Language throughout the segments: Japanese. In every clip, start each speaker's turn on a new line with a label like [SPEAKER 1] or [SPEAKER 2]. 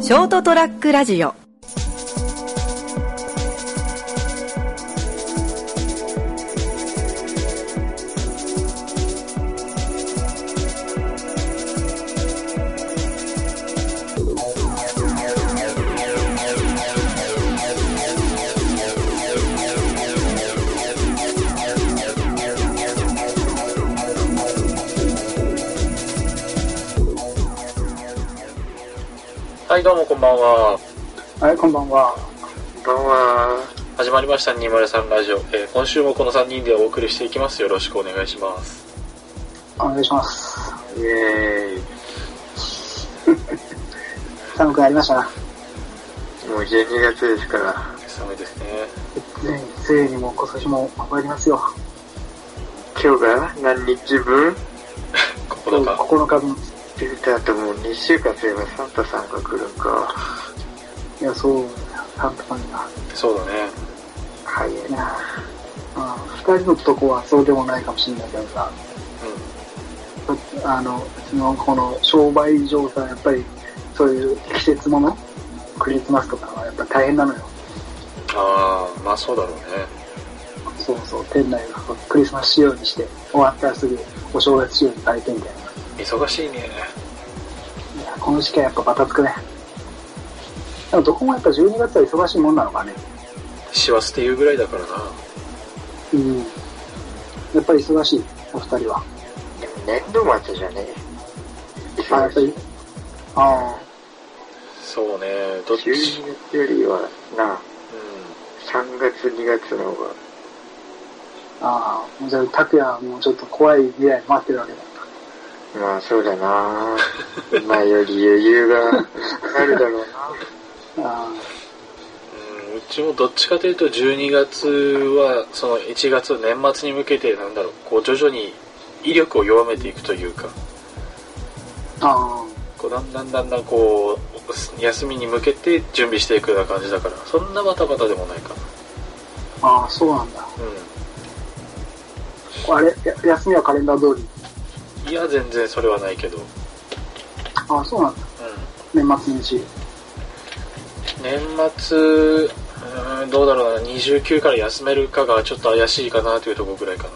[SPEAKER 1] ショートトラックラジオ
[SPEAKER 2] はい、どうもこんばんは。
[SPEAKER 3] はい、こんばんは。
[SPEAKER 4] こんばんは。
[SPEAKER 2] 始まりました203ラジオ、えー今週もこの3人でお送りしていきます。よろしくお願いします。
[SPEAKER 3] お願いします。
[SPEAKER 4] イエー
[SPEAKER 3] 寒くなりましたな。
[SPEAKER 4] イ。もう12月ですから、
[SPEAKER 2] 寒いですね。
[SPEAKER 3] ついに、ついにもう今年も終わりますよ。
[SPEAKER 4] 今日が何日分
[SPEAKER 2] 9日。
[SPEAKER 3] 9日分。
[SPEAKER 4] って言った後もう2週間すればサンタさんが来るんか。
[SPEAKER 3] いや、そう、寒くなるな。
[SPEAKER 2] そうだね。
[SPEAKER 4] 早い
[SPEAKER 3] い
[SPEAKER 4] な。
[SPEAKER 3] や、あ二人のとこはそうでもないかもしれないけどさ、あの、うちのこの商売上さ、やっぱりそういう季節もの、クリスマスとかはやっぱ大変なのよ。
[SPEAKER 2] うん。ああ、まあそうだろうね。
[SPEAKER 3] そうそう、店内がクリスマス仕様にして、終わったらすぐお正月仕様に変えてみたいな。
[SPEAKER 2] 忙しいね。
[SPEAKER 3] いや、この時期はやっぱバタつくね。でもどこもやっぱ12月は忙しいもんなのかね。
[SPEAKER 2] 師走っていうぐらいだからな。
[SPEAKER 3] うん。やっぱり忙しい、お二人は。
[SPEAKER 4] でも年度末じゃね
[SPEAKER 3] あやっぱり。あ
[SPEAKER 2] そうね。どっち、うん、
[SPEAKER 4] 12月よりはな、3月2月の方が、
[SPEAKER 3] あ、ああ、じゃあ、拓也はもうちょっと怖い未来待ってるわけだ。
[SPEAKER 4] まあそうだな今より余裕があるだろうな。
[SPEAKER 3] あ
[SPEAKER 2] うん。うちもどっちかというと12月は、その1月年末に向けてなんだろう、こう徐々に威力を弱めていくというか。
[SPEAKER 3] あ、あ
[SPEAKER 2] こうだんだんだんだんこう休みに向けて準備していくような感じだからそんなバタバタでもないかな
[SPEAKER 3] あ、ああ、そうなんだ。
[SPEAKER 2] う
[SPEAKER 3] あれ、や休みはカレンダー通
[SPEAKER 2] ん
[SPEAKER 3] り。
[SPEAKER 2] いや全然それはないけど、うん、
[SPEAKER 3] ああ、そうなんだ。年末年始。
[SPEAKER 2] 年末うーんどうだろうな29から休めるかがちょっと怪しいかなというところぐらいか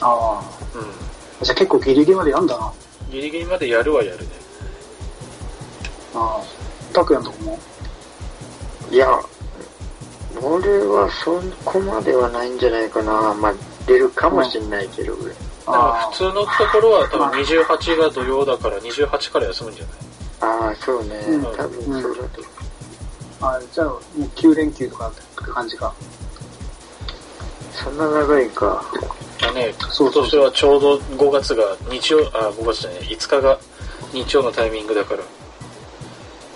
[SPEAKER 3] ああ。
[SPEAKER 2] なうん
[SPEAKER 3] じゃあ結構ギリギリまでやんだな。
[SPEAKER 2] ギリギリまでやるはやるね
[SPEAKER 3] ああ。拓也のとこも。
[SPEAKER 4] いや、俺はそこまではないんじゃないかな。まあ出るかもしんないけど、俺。
[SPEAKER 2] だから
[SPEAKER 3] あ
[SPEAKER 2] 普通のところは多分28が土曜だから28から休むんじゃない
[SPEAKER 4] ああ、そうね。
[SPEAKER 3] うん
[SPEAKER 4] 多分そうだと思う。
[SPEAKER 3] あ、ああじゃあ、もう9連休とかって感じか。
[SPEAKER 4] そんな長いか。
[SPEAKER 2] まあね、
[SPEAKER 3] そうそ
[SPEAKER 2] 今
[SPEAKER 3] う
[SPEAKER 2] 年はちょうど5月が日曜あ5月じゃない5日が日曜のタイミングだから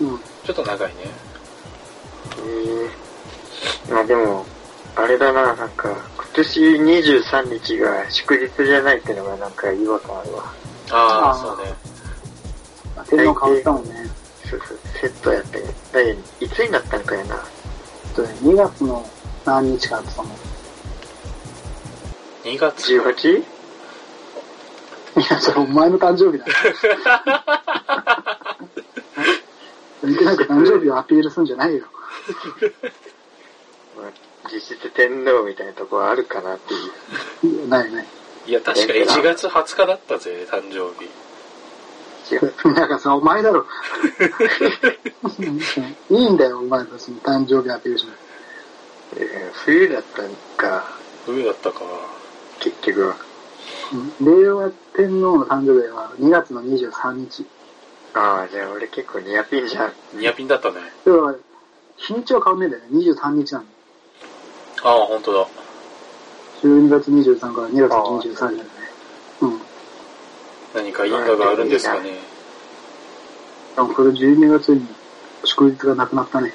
[SPEAKER 3] うん。
[SPEAKER 2] ちょっと長いね
[SPEAKER 4] えー、まあでも、あれだな、なんか、今年23日が祝日じゃないってのがなんか違和感あるわ。
[SPEAKER 2] ああ
[SPEAKER 3] あ
[SPEAKER 2] そ
[SPEAKER 3] ー
[SPEAKER 2] うね
[SPEAKER 3] 天皇変わったもんね。
[SPEAKER 4] そうそう、セットやって。だいいつになったんかやな。
[SPEAKER 3] えっとね、2月の何日かだったの
[SPEAKER 2] 2月
[SPEAKER 4] 18?
[SPEAKER 3] いや、それお前の誕生日だよ。見てなんか誕生日をアピールするんじゃないよ。
[SPEAKER 4] まあ実質天皇みたいなとこはあるかなっていう。
[SPEAKER 3] ないない。
[SPEAKER 2] いや確か1月20日だったぜ誕生日
[SPEAKER 4] 違う。
[SPEAKER 3] なんかさ、お前だろ。いいんだよ、お前たちの誕生日アピールしない。
[SPEAKER 4] えー冬だったんか、
[SPEAKER 2] 冬だったか
[SPEAKER 4] 結局は。
[SPEAKER 3] うん令和天皇の誕生日は2月の23日。
[SPEAKER 4] ああ、じゃあ俺結構ニアピンじゃん。
[SPEAKER 2] ニアピンだったね
[SPEAKER 3] だから、日にちは変わんねえんだよね。23日なの。
[SPEAKER 2] ああ本当だ
[SPEAKER 3] 12月23から2月23日だね。うん。
[SPEAKER 2] 何か因果があるんですかね
[SPEAKER 3] でもこれ12月に祝日がなくなったね。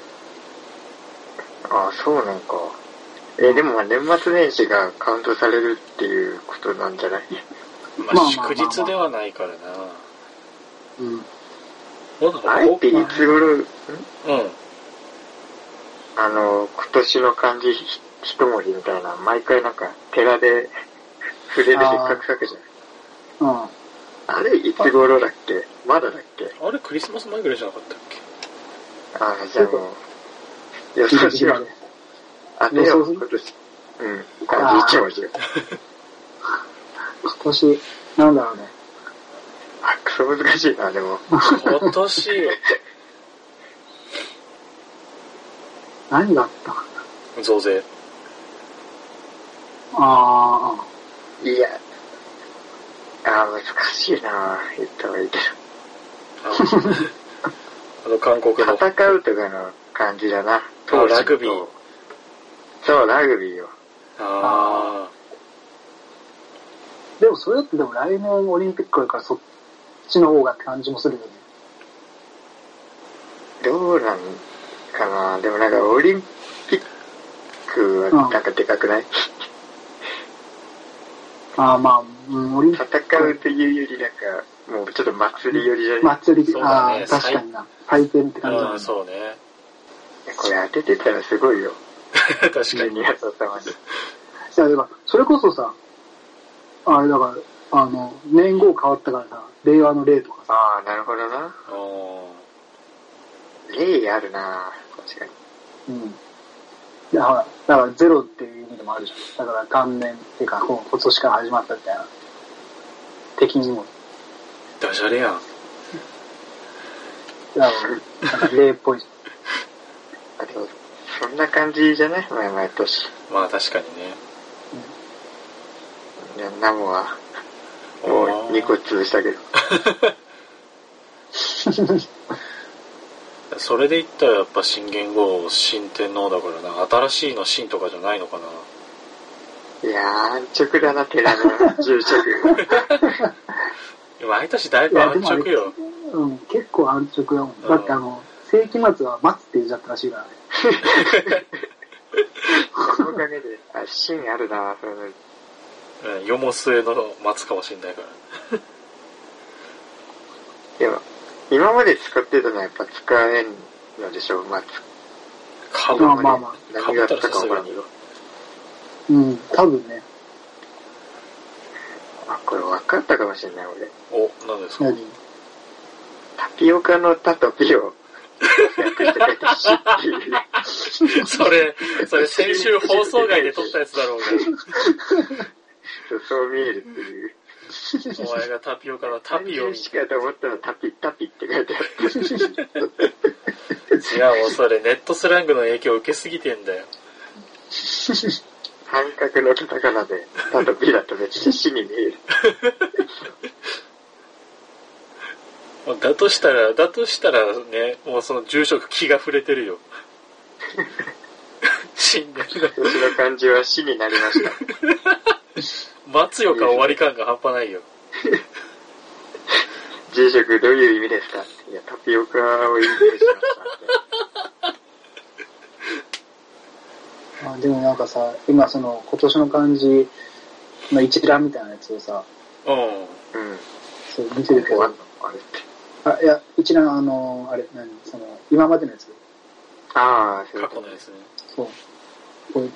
[SPEAKER 4] ああ、そうなんか。えーでもまあ年末年始がカウントされるっていうことなんじゃない
[SPEAKER 2] ま
[SPEAKER 3] まあま
[SPEAKER 2] あ
[SPEAKER 3] あまあま
[SPEAKER 2] 祝
[SPEAKER 3] あ
[SPEAKER 2] 日ではないからな
[SPEAKER 3] うん。
[SPEAKER 2] どうだろう
[SPEAKER 4] あえていつ頃、ん
[SPEAKER 2] うん
[SPEAKER 4] あの、今年の漢字ひ一文字みたいな、毎回なんか、寺で触れるせっかく書くじゃん。
[SPEAKER 3] うん。
[SPEAKER 4] あれ、いつ頃だっけまだだっけ
[SPEAKER 2] あれクリスマス前ぐらいじゃなかったっけ
[SPEAKER 4] ああ、じゃあもう、予想しよう。当てよう、今年。うん、漢字一文字よ。
[SPEAKER 3] 今年、なんだろうね。
[SPEAKER 4] あ、クソ難しいな、でも。
[SPEAKER 2] 今年よ。
[SPEAKER 3] 何があっ た
[SPEAKER 2] 増税。
[SPEAKER 3] ああ、
[SPEAKER 4] いや、ああ、難しいな。言った方がいいけ
[SPEAKER 2] あの あの、韓国
[SPEAKER 4] ど。
[SPEAKER 2] の。
[SPEAKER 4] 戦うとかの感じだな。闘志と
[SPEAKER 2] ラグビー。
[SPEAKER 4] そう、ラグビーよ。
[SPEAKER 2] あ
[SPEAKER 3] でもそれだってでも来年オリンピックあるからそっちの方がって感じもするよね。
[SPEAKER 4] どうなんかな。でもなんかオリンピックはなんかでかくない、
[SPEAKER 3] ああ、まあ、うん、オリンピッ
[SPEAKER 4] 戦うっていうよりなんか、もうちょっと祭り寄りじゃ
[SPEAKER 3] ク
[SPEAKER 4] ない、
[SPEAKER 3] 祭り、
[SPEAKER 2] そうだ
[SPEAKER 3] あ
[SPEAKER 2] ね
[SPEAKER 3] あ、確かにな。祭典って
[SPEAKER 2] あ。
[SPEAKER 3] 感じだ
[SPEAKER 2] う
[SPEAKER 3] ね
[SPEAKER 2] ん、。そうね。
[SPEAKER 4] これ当ててたらすごいよ。
[SPEAKER 2] 確か
[SPEAKER 4] 12
[SPEAKER 2] に。
[SPEAKER 4] 月頭に。
[SPEAKER 3] いや、だから、それこそさ、あれだから、あの、年号変わったからさ、令和の令とかさ、
[SPEAKER 4] ああ、なるほどな。
[SPEAKER 2] うん
[SPEAKER 4] 例あるな。確かに。
[SPEAKER 3] うん。いや、ほら、だからゼロっていう意味でもあるじゃん。だから元年っていうか、こう今年から始まったみたいな。的にも。
[SPEAKER 2] ダジャレやん。
[SPEAKER 3] だから、なんか令っ ぽいじ
[SPEAKER 4] あでも、そんな感じじゃない前々年。
[SPEAKER 2] まあ確かにね。
[SPEAKER 4] いやナモは、もう2個潰したけど。
[SPEAKER 2] それで言ったらやっぱ新元号新天皇だからな新しいの新とかじゃないのかない
[SPEAKER 4] やー、安直だな、寺の住職。
[SPEAKER 2] でも毎年だいぶ安直よ
[SPEAKER 3] ゃん。うん、結構安直だもん。
[SPEAKER 2] うん
[SPEAKER 3] だってあの、世紀末は待つって言っちゃったらしいからね。
[SPEAKER 4] そのおかげで、あ、芯あるな、その、
[SPEAKER 2] うんよも末の待つかもしんないから
[SPEAKER 4] でも、今まで使ってたのはやっぱ使えんのでしょう、まあ、
[SPEAKER 2] かぶ
[SPEAKER 3] まあ
[SPEAKER 2] か
[SPEAKER 3] まあま
[SPEAKER 4] 何
[SPEAKER 2] ぶ
[SPEAKER 4] があ
[SPEAKER 2] っ
[SPEAKER 4] ったた
[SPEAKER 2] らさ
[SPEAKER 4] か
[SPEAKER 2] す
[SPEAKER 4] 分
[SPEAKER 2] が
[SPEAKER 4] からん
[SPEAKER 2] に
[SPEAKER 4] けど。
[SPEAKER 3] あ。うん、多分ね。
[SPEAKER 4] あ、これ分かったかもしれない、俺。
[SPEAKER 2] お何ですか
[SPEAKER 3] 何
[SPEAKER 4] タピオカのタとピを、略して書いてシっていう。
[SPEAKER 2] それそれ先週放送外で撮ったやつだろう
[SPEAKER 4] そうそう見えるっていう。
[SPEAKER 2] がお前がタピオカのタピオ
[SPEAKER 4] 単純しかと思ったらタピ、タピって書いてある。
[SPEAKER 2] 違うもうそれネットスラングの影響を受けすぎてんだよ
[SPEAKER 4] 半角のカタカナで、タとピだとめっちゃ死に見える。
[SPEAKER 2] もうだとしたらだとしたらねもうその住職気が触れてる よ 死んでるが
[SPEAKER 4] 私の漢字は死になり ました。
[SPEAKER 2] 待つよか終わり感が半端ないよ
[SPEAKER 4] 住職どういう意味ですかいや、タピオカをイメージしました。
[SPEAKER 3] あでもなんかさ、今その、今年の漢字の一覧みたいなやつをさ、
[SPEAKER 2] うん
[SPEAKER 4] うん。
[SPEAKER 3] そう見てるけ
[SPEAKER 4] 終
[SPEAKER 3] ど
[SPEAKER 4] わん、のあれって。
[SPEAKER 3] あ、いや、一覧、あの、あれ、何その、今までのやつ。
[SPEAKER 4] ああ、そういう
[SPEAKER 2] 過
[SPEAKER 4] こ
[SPEAKER 2] 去
[SPEAKER 4] と
[SPEAKER 2] のやつね。
[SPEAKER 3] そう。これ、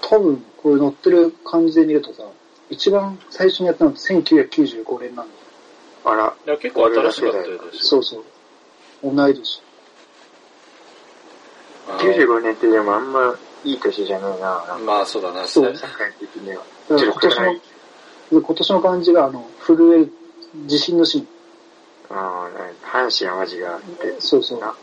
[SPEAKER 3] 多分、これ載ってる感じで見るとさ、一番最初にやったのって1995年なんだよ。
[SPEAKER 4] あら、
[SPEAKER 2] いや、結構新しかったよ、
[SPEAKER 3] そうそう。同い年。
[SPEAKER 2] 確
[SPEAKER 4] 95年ってでもあんまいい年じゃないな。な
[SPEAKER 2] か
[SPEAKER 4] ん
[SPEAKER 2] に。
[SPEAKER 4] か
[SPEAKER 2] まあ、そうだな。
[SPEAKER 3] そう
[SPEAKER 4] 社会的には。
[SPEAKER 3] だから今年の、で今年の漢字が、あの、震える、地震のシーン。
[SPEAKER 4] ああ、なんか阪神淡路があって、
[SPEAKER 3] そうそう。
[SPEAKER 4] な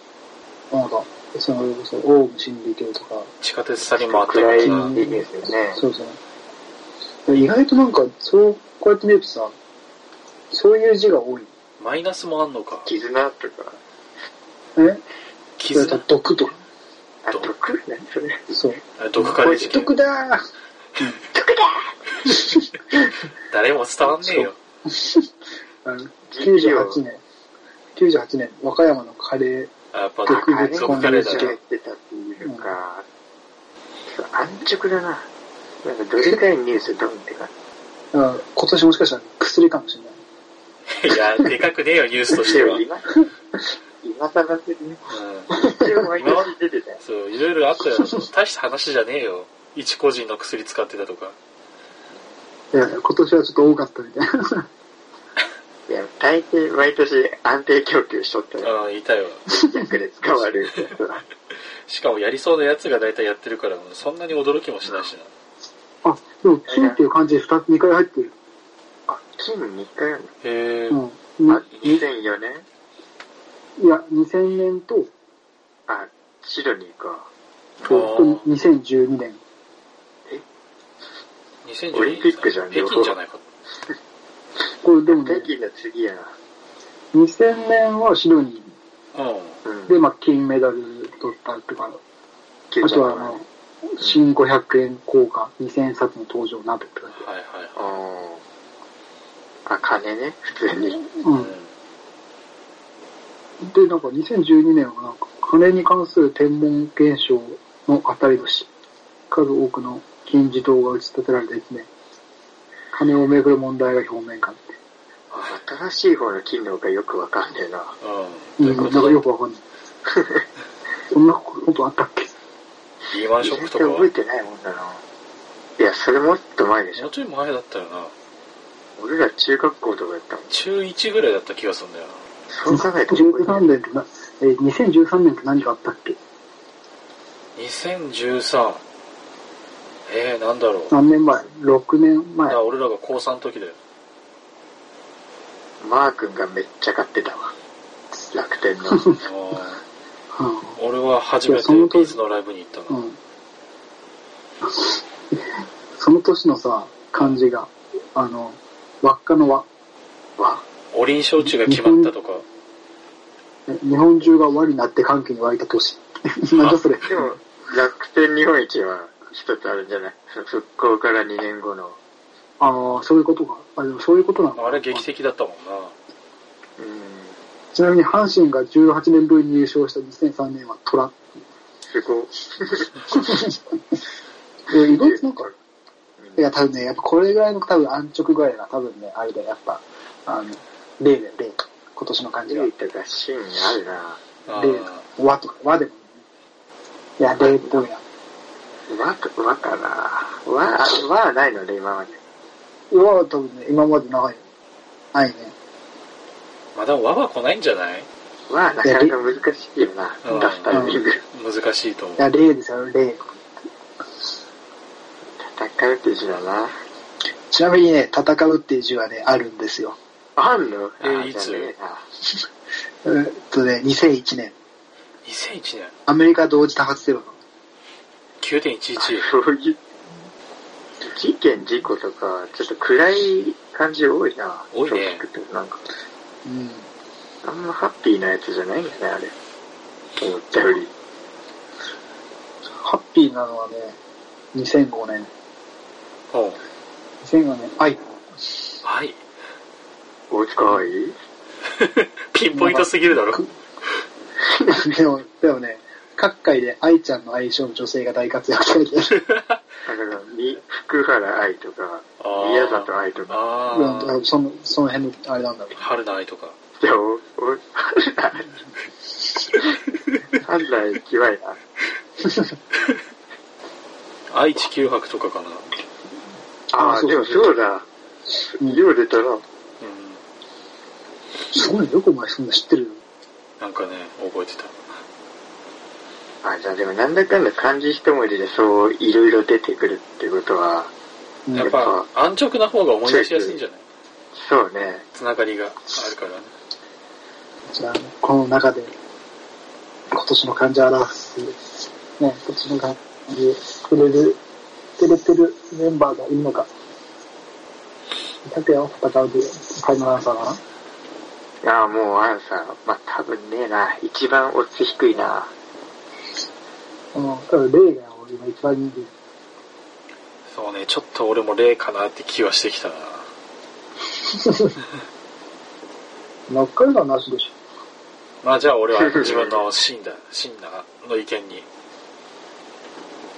[SPEAKER 3] なんか、その、そう、オウム真理教とか、
[SPEAKER 2] 地下鉄先回って
[SPEAKER 4] 暗い
[SPEAKER 2] る
[SPEAKER 4] ニ
[SPEAKER 2] な。
[SPEAKER 4] ュースよね。
[SPEAKER 3] そうそう。で意外となんか、そう、こうやって見るとさ、そういう字が多い。
[SPEAKER 2] マイナスもあんのか。
[SPEAKER 4] 絆とか、
[SPEAKER 3] え
[SPEAKER 2] 傷
[SPEAKER 3] だから毒とか。
[SPEAKER 4] あ、
[SPEAKER 2] どう
[SPEAKER 4] 毒何それ。
[SPEAKER 3] そう。
[SPEAKER 2] あ毒
[SPEAKER 3] こ
[SPEAKER 2] か
[SPEAKER 3] れ
[SPEAKER 2] で事件
[SPEAKER 3] 毒。だー
[SPEAKER 2] 誰も伝わんねえよ。
[SPEAKER 3] あの98年、98年、和歌山のカレー、
[SPEAKER 2] あやっぱ
[SPEAKER 3] 毒
[SPEAKER 2] 毒、
[SPEAKER 3] 物
[SPEAKER 2] 毒カレーだ
[SPEAKER 4] 入
[SPEAKER 2] ね
[SPEAKER 4] っ。てたっていうか、そう安直だな。なんか、どれかいニュースドンってか。
[SPEAKER 3] あ今年もしかしたら薬かもしれない。
[SPEAKER 2] いや、でかくねえよ、ニュースと しては。うん。
[SPEAKER 4] 今、今更らってね。一応毎年出てたよ。
[SPEAKER 2] そう、いろいろあったよ。大した話じゃねえよ。一個人の薬使ってたとか。
[SPEAKER 3] いや、今年はちょっと多かったみたいな。
[SPEAKER 4] いや、大抵毎年安定供給しとったら、
[SPEAKER 2] ああ、いたよ。
[SPEAKER 4] 逆で捕まるやつは。
[SPEAKER 2] しかもやりそうなやつが大体やってるから、そんなに驚きもしないしな。
[SPEAKER 3] あ、でも、金っていう感じで2つ、2回入ってる。
[SPEAKER 4] あ、金2回ある
[SPEAKER 2] へえ、
[SPEAKER 3] う。
[SPEAKER 2] うん
[SPEAKER 3] に
[SPEAKER 4] のあ、2004年
[SPEAKER 3] いや、2000年と、
[SPEAKER 4] あ、シドニーか。
[SPEAKER 3] と2012年。
[SPEAKER 2] 2012
[SPEAKER 4] オリンピックじゃん
[SPEAKER 2] 北京じゃないか。
[SPEAKER 3] これでもね
[SPEAKER 4] 北、京の次やな。
[SPEAKER 3] 2000年はシドニ
[SPEAKER 2] う
[SPEAKER 4] うん
[SPEAKER 3] ー。で、まあ、金メダル取ったってか、あ
[SPEAKER 4] 97
[SPEAKER 3] とはあの、新500円硬貨、2000冊の登場などって感
[SPEAKER 2] ん。はいはいは
[SPEAKER 4] あーあ、金ね、普通に。
[SPEAKER 3] じ。
[SPEAKER 2] い。
[SPEAKER 3] う
[SPEAKER 2] うん
[SPEAKER 3] ん。で、なんか2012年はなんか、金に関する天文現象の当たり年。数多くの金字塔が打ち立てられた一年。金をめぐる問題が表面化って。
[SPEAKER 4] 新しい方の金の方がよくわかんねえな。
[SPEAKER 2] うん。
[SPEAKER 3] う、
[SPEAKER 2] どうんいうこ
[SPEAKER 3] なんかよ
[SPEAKER 2] と
[SPEAKER 3] くわ かんない。そんなことあったっけ
[SPEAKER 2] リーマンショッ
[SPEAKER 4] 全
[SPEAKER 2] クと
[SPEAKER 4] 然
[SPEAKER 2] かは、も
[SPEAKER 4] 覚えてないもんだな。いや、それもっと前でしょ。
[SPEAKER 2] うちょい前だったよな。
[SPEAKER 4] 俺ら中学校とかやったもん。
[SPEAKER 2] 中1ぐらいだった気がするんだよな。
[SPEAKER 4] そう考えたら覚えてな
[SPEAKER 3] 2013
[SPEAKER 4] い
[SPEAKER 3] 年ってな、えー2013年って何があったっけ
[SPEAKER 2] 2013。えー、なんだろう。
[SPEAKER 3] 何年前 ?6 年前。
[SPEAKER 2] あ俺らが高3の時だよ。
[SPEAKER 4] マー君がめっちゃ買ってたわ。楽天 の。
[SPEAKER 2] あ
[SPEAKER 3] う
[SPEAKER 2] ー俺は初めてピースのライブに行った
[SPEAKER 3] ん。
[SPEAKER 2] の。
[SPEAKER 3] うん。その年のさ、漢字が、あの、輪っかの輪。
[SPEAKER 4] わ、
[SPEAKER 2] オリン焼酎が決まったとか。
[SPEAKER 3] え日本中が輪になって歓喜に沸いた年。なんだそれ。
[SPEAKER 4] でも、楽天日本一は一つあるんじゃないその復興から2年後の。
[SPEAKER 3] ああ、そういうことか。あ、でもそういうことなのか
[SPEAKER 2] あれ劇的だったもんな。
[SPEAKER 4] うん、
[SPEAKER 3] ちなみに阪神が18年ぶりに優勝した2003年は虎。
[SPEAKER 4] すごい。
[SPEAKER 3] え、意外となんか、
[SPEAKER 4] うん
[SPEAKER 3] いや、多分ね、やっぱこれぐらいの多分安直ぐらいが多分ね、あれだよやっぱ、あの、例だよ、例。今年の感じが
[SPEAKER 4] ルイ。とかシーンあるな。
[SPEAKER 2] あ
[SPEAKER 3] 例
[SPEAKER 2] ー
[SPEAKER 3] 和とか、和でもいいね。いや、例っぽいな。
[SPEAKER 4] わか、わかな。わ、わはないのね、今まで。
[SPEAKER 3] 和は多分ね、今まで長いよ。ないね。
[SPEAKER 2] まあでも和は来ないんじゃない
[SPEAKER 4] わはなかなか難しいよな
[SPEAKER 2] うん。
[SPEAKER 4] 出すタイミング。
[SPEAKER 2] 難しいと思う
[SPEAKER 3] い。や、例ですよ、例。
[SPEAKER 4] 戦うって字だな。
[SPEAKER 3] ちなみにね、戦うっていう字はね、あるんですよ。
[SPEAKER 4] あんの
[SPEAKER 2] え
[SPEAKER 4] あ
[SPEAKER 2] いつ
[SPEAKER 4] じゃねえな
[SPEAKER 3] えーっとね、2001年、
[SPEAKER 2] 2001年。
[SPEAKER 3] アメリカ同時多発テロの。
[SPEAKER 2] 9.11。
[SPEAKER 4] そういう、事件、事故とか、ちょっと暗い感じ多いな。
[SPEAKER 2] 多いね
[SPEAKER 4] そう聞くとなんか、
[SPEAKER 3] うん。
[SPEAKER 4] あんまハッピーなやつじゃないんだね、あれ。思ったより。
[SPEAKER 3] ハッピーなのはね、2005年。
[SPEAKER 2] うん。
[SPEAKER 3] 2005年、愛。
[SPEAKER 2] はい。
[SPEAKER 4] 大塚愛
[SPEAKER 2] ピンポイントすぎるだろ。
[SPEAKER 3] でも、でもね、各界で愛ちゃんの愛称の女性が大活躍されてる。
[SPEAKER 4] だから、み、福原愛とか、
[SPEAKER 2] あー
[SPEAKER 4] 宮里愛とか、
[SPEAKER 2] あ
[SPEAKER 3] うんだか
[SPEAKER 2] ー
[SPEAKER 3] らその、その辺の、あれなんだろう。
[SPEAKER 2] 春菜愛とか。
[SPEAKER 4] じゃあ、お、お、判断きわいな。
[SPEAKER 2] 愛知九博とかかな。
[SPEAKER 4] あ
[SPEAKER 3] あ
[SPEAKER 4] あ、
[SPEAKER 3] そう
[SPEAKER 4] で
[SPEAKER 3] そう
[SPEAKER 4] もそうだ。
[SPEAKER 3] うん
[SPEAKER 4] よう出たら、
[SPEAKER 2] うん。
[SPEAKER 3] すごいねよくお前そんな知ってるよ。
[SPEAKER 2] なんかね、覚えてた。
[SPEAKER 4] あ、じゃあでもなんだかんだ漢字一文字でそういろいろ出てくるってことは、
[SPEAKER 3] うん
[SPEAKER 2] やっぱ、安直な方が思い出しやすいんじゃない
[SPEAKER 4] そうね。
[SPEAKER 2] つながりがあるからね。
[SPEAKER 3] じゃあ、この中で、今年の患者を表す、ね、今年の患者をくれる、くれてるメンバーがいるのか。拓也は戦うで、ファイナルアンサーかな
[SPEAKER 4] ああ、もうアンサー、まあ多分ねえな。一番オッズ低いな。
[SPEAKER 3] うん、ただ、レイが俺が一番人気。
[SPEAKER 2] そうね、ちょっと俺も例かなって気はしてきたな。
[SPEAKER 3] 真っ赤な話でし
[SPEAKER 2] まあじゃあ俺 は自分のシンだ、シンナの意見に。うん。
[SPEAKER 3] ょ。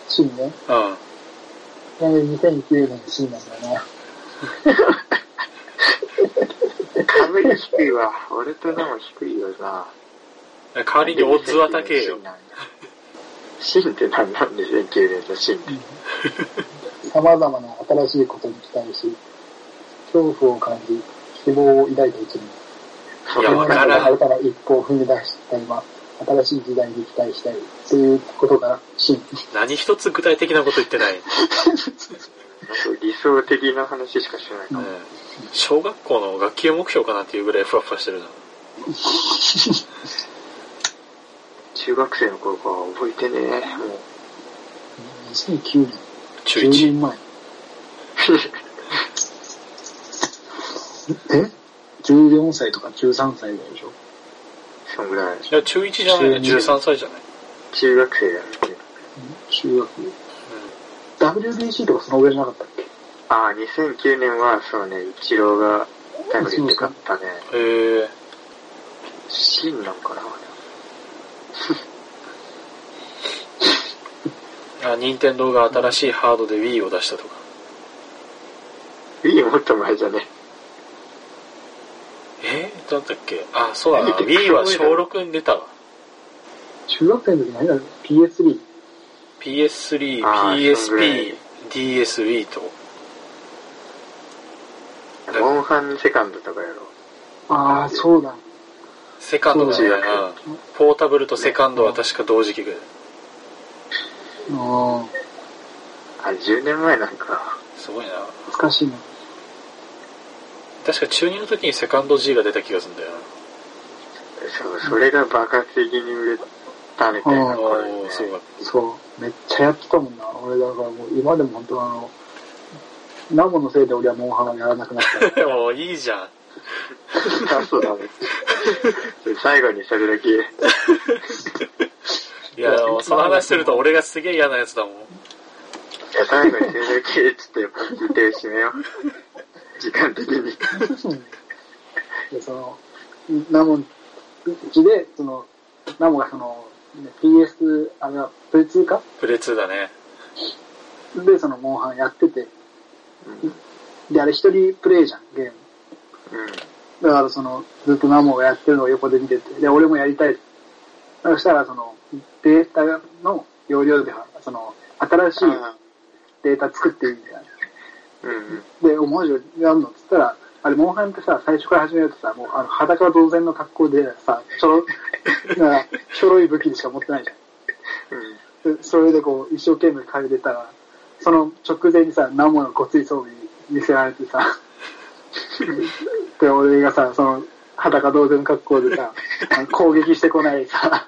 [SPEAKER 3] シンね。ちなみに2009年のシンなんだよね。
[SPEAKER 4] かぶり低いわ。俺とでも低いよな。
[SPEAKER 2] 代わりにオッズは高え よ。。
[SPEAKER 4] シンって何なんで2009年のシンって。
[SPEAKER 3] 様々な新しいことに期待し、恐怖を感じ、希望を抱いて生きる。
[SPEAKER 2] いや、わか
[SPEAKER 3] 世の
[SPEAKER 2] ら
[SPEAKER 3] 中
[SPEAKER 2] ん。
[SPEAKER 3] が新たな一歩を踏み出した今、新しい時代に期待したい。ということが真。
[SPEAKER 2] 何一つ具体的なこと言ってない。
[SPEAKER 4] なんか理想的な話しかしないか
[SPEAKER 2] う
[SPEAKER 4] も。
[SPEAKER 2] ん小学校の学級目標かなっていうぐらいふわふわしてるな。
[SPEAKER 4] 中学生の頃から覚えてねえ。もう。
[SPEAKER 3] 2009年、
[SPEAKER 2] 中1。
[SPEAKER 3] 10年前。え ?14 歳とか13歳ぐらいでしょ
[SPEAKER 4] そんぐらい。
[SPEAKER 2] いや、中1じゃないよ。
[SPEAKER 3] 中一
[SPEAKER 2] 13歳じゃない。
[SPEAKER 4] 中学生だよね。
[SPEAKER 3] 中学。WBC とかその上じゃなかったっけ
[SPEAKER 4] ああ、2009年は、そうね、イチローがタイムリーで勝ったね。
[SPEAKER 2] うん。へえ
[SPEAKER 4] シーンなんかな
[SPEAKER 2] ー。あ、任天堂が新しいハードで Wii を出したとか。
[SPEAKER 4] いいもっと前じゃね。
[SPEAKER 2] えー、だったっけあ、そうだな。
[SPEAKER 4] 見て
[SPEAKER 2] Wii は小6に出たわ。
[SPEAKER 3] 中学生の時何だろう ?PS3。
[SPEAKER 2] PS3、
[SPEAKER 4] あーそんぐら
[SPEAKER 2] PSP
[SPEAKER 4] い、
[SPEAKER 2] DSW と。
[SPEAKER 4] モンハンセカンドとかやろ。
[SPEAKER 3] ああ、そうだ。
[SPEAKER 2] セカンドだよな。ポータブルとセカンドは確か同時期ぐらい。
[SPEAKER 3] あ
[SPEAKER 4] あ、10年前なんか。
[SPEAKER 2] すごいな。
[SPEAKER 3] あ、難しいな。
[SPEAKER 2] 確か中2の時にセカンド G が出た気がするんだよな。
[SPEAKER 4] そう、それが爆発的に売れたみたいな頃に
[SPEAKER 2] お
[SPEAKER 4] ね
[SPEAKER 2] ー、。そうだ。
[SPEAKER 3] そう、めっちゃやってたもんな。俺だからもう今でも本当あの、ナモのせいで俺はモンハンをやらなくなっ
[SPEAKER 2] もういいじゃん。
[SPEAKER 4] あそうだね。最後にそれだけ。
[SPEAKER 2] いや、もうその話すると俺がすげえ嫌なやつだもん。
[SPEAKER 4] いや、最後にそれだけ、ちょっとやっぱ、予定を締めよう。時間的に。
[SPEAKER 3] た。で、その、ナモで、その、ナモがその、ね PS、あれは、プレ通か
[SPEAKER 2] プレ2だね。
[SPEAKER 3] で、その、モンハンやってて、で、あれ一人プレイじゃん、ゲーム。
[SPEAKER 4] うん。
[SPEAKER 3] だからその、ずっとナモがやってるのを横で見てて、で、俺もやりたい。そしたら、その、データの容量では、その、新しい
[SPEAKER 4] あ
[SPEAKER 3] データ作っていいみたいな。
[SPEAKER 4] ーうん。
[SPEAKER 3] で、お前じゃやんのっつったら、あれ、モンハンってさ、最初から始めるとさ、もう、あの、裸同然の格好でさ、ちょろ、な、ちょろい武器でしか持ってないじ
[SPEAKER 4] うん。
[SPEAKER 3] ゃん。でそれでこう、一生懸命嗅いでたら、その直前にさ、ナモのごつい装備見せられてさ、で、俺がさ、その、裸同然の格好でさ、あの攻撃してこないさ、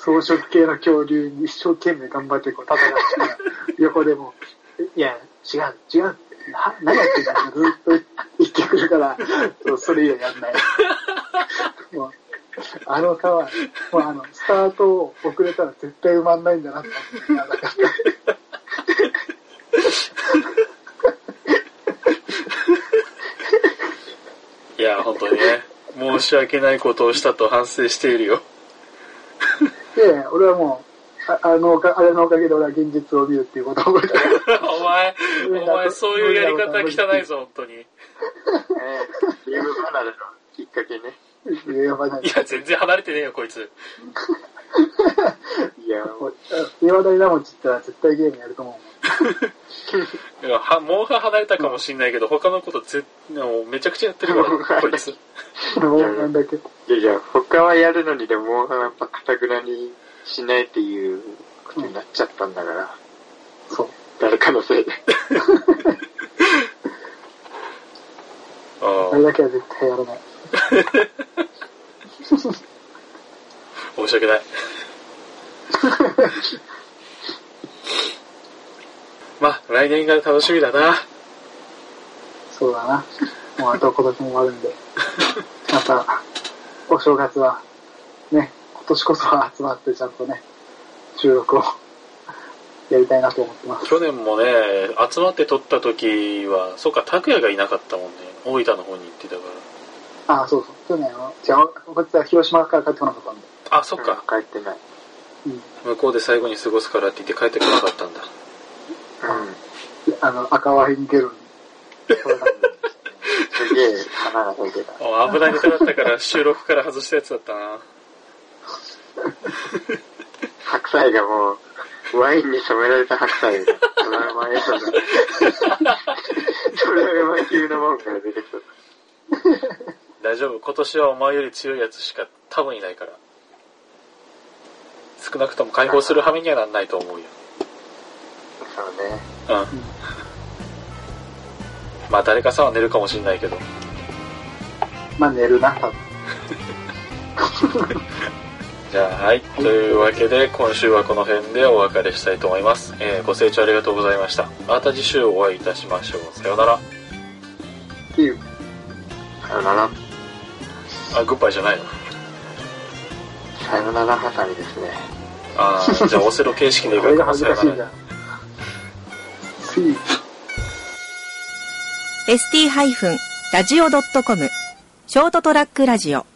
[SPEAKER 3] 草食系の恐竜に一生懸命頑張ってこう戦ってたら、横でも、いや、違う、違う、は何やってんだってずっと言ってくるから、そうそれ以外やんない。もうあの差は、もうあの、スタートを遅れたら絶対埋まんないんだなって思って
[SPEAKER 2] いや、本当にね。 申し訳ないことをしたと反省しているよ。
[SPEAKER 3] で、俺はもう、ああのおか、あれのおかげで俺は現実を見るっていうことを覚え た。
[SPEAKER 2] お前、お前、そういうやり方汚いぞ、本当に。い
[SPEAKER 4] えー、ゲーム離れのきっかけね。
[SPEAKER 3] やば ない。
[SPEAKER 2] や、全然離れてねえよ、こいつ。
[SPEAKER 4] いや、
[SPEAKER 3] もうあ岩谷なもんちったら絶対ゲームやると思
[SPEAKER 2] いやはもうが離れたかもしんないけど、他のことぜもうめちゃくちゃやってるから、こいつ。
[SPEAKER 3] うもん。俺もなんだっけ。
[SPEAKER 4] いやいや、他はやるのにでも、やっぱ、かたくなにしないっていうことになっちゃったんだから、
[SPEAKER 3] そう。
[SPEAKER 4] 誰かのせいで。
[SPEAKER 2] あ
[SPEAKER 3] あれ
[SPEAKER 2] ー
[SPEAKER 3] だけは絶対やらない。
[SPEAKER 2] 申し訳ない。 まあ、来年が楽しみだな。
[SPEAKER 3] そうだな。もうあとは今年も終わるんで。また、お正月は、ね、今年こそは集まってちゃんとね、収録をやりたいなと思ってます。
[SPEAKER 2] 去年もね、集まって撮った時は、そっか、拓也がいなかったもんね。大分の方に行ってたか
[SPEAKER 3] ああ、そうそう。去年は、じゃあ、こいつは広島から帰ってこなかったんで。
[SPEAKER 2] ら。あ、そっか。
[SPEAKER 4] 帰ってない。
[SPEAKER 3] うん。
[SPEAKER 2] 向こうで最後に過ごすからって言って帰ってこなかったんだ。
[SPEAKER 4] うん。
[SPEAKER 3] あの、赤ワイン ゲロに。
[SPEAKER 4] すげえ、花が咲いてた。
[SPEAKER 2] あ危ないネタだったから収録から外したやつだったな。
[SPEAKER 4] 白菜がもう、ワインに染められた白菜が、ドラえもんやつだ。ドラえもん級のもんから出てきた。
[SPEAKER 2] 大丈夫。今年はお前より強いやつしか多分いないから。少なくとも解放する羽目にはなんないと思うよ。
[SPEAKER 4] そうね。
[SPEAKER 2] うん。まあ誰かさんは寝るかもしんないけど。
[SPEAKER 3] まあ寝るな、多分。
[SPEAKER 2] じゃあ、はい。というわけで、今週はこの辺でお別れしたいと思います。えーご清聴ありがとうございました。また次週お会いいたしましょう。さようなら。
[SPEAKER 3] っていう。
[SPEAKER 4] さよなら、
[SPEAKER 2] あ、グッバイじゃないの
[SPEAKER 4] さよなら挟みですね。
[SPEAKER 2] あーじゃあオセロ形式でい
[SPEAKER 3] こ
[SPEAKER 2] く
[SPEAKER 3] れが
[SPEAKER 2] かも
[SPEAKER 3] 恥
[SPEAKER 2] し
[SPEAKER 3] ず
[SPEAKER 2] れ
[SPEAKER 3] か
[SPEAKER 2] な
[SPEAKER 3] しい
[SPEAKER 2] い
[SPEAKER 3] じゃ。 ん。つい
[SPEAKER 1] ST-radio.com ショートトラックラジオ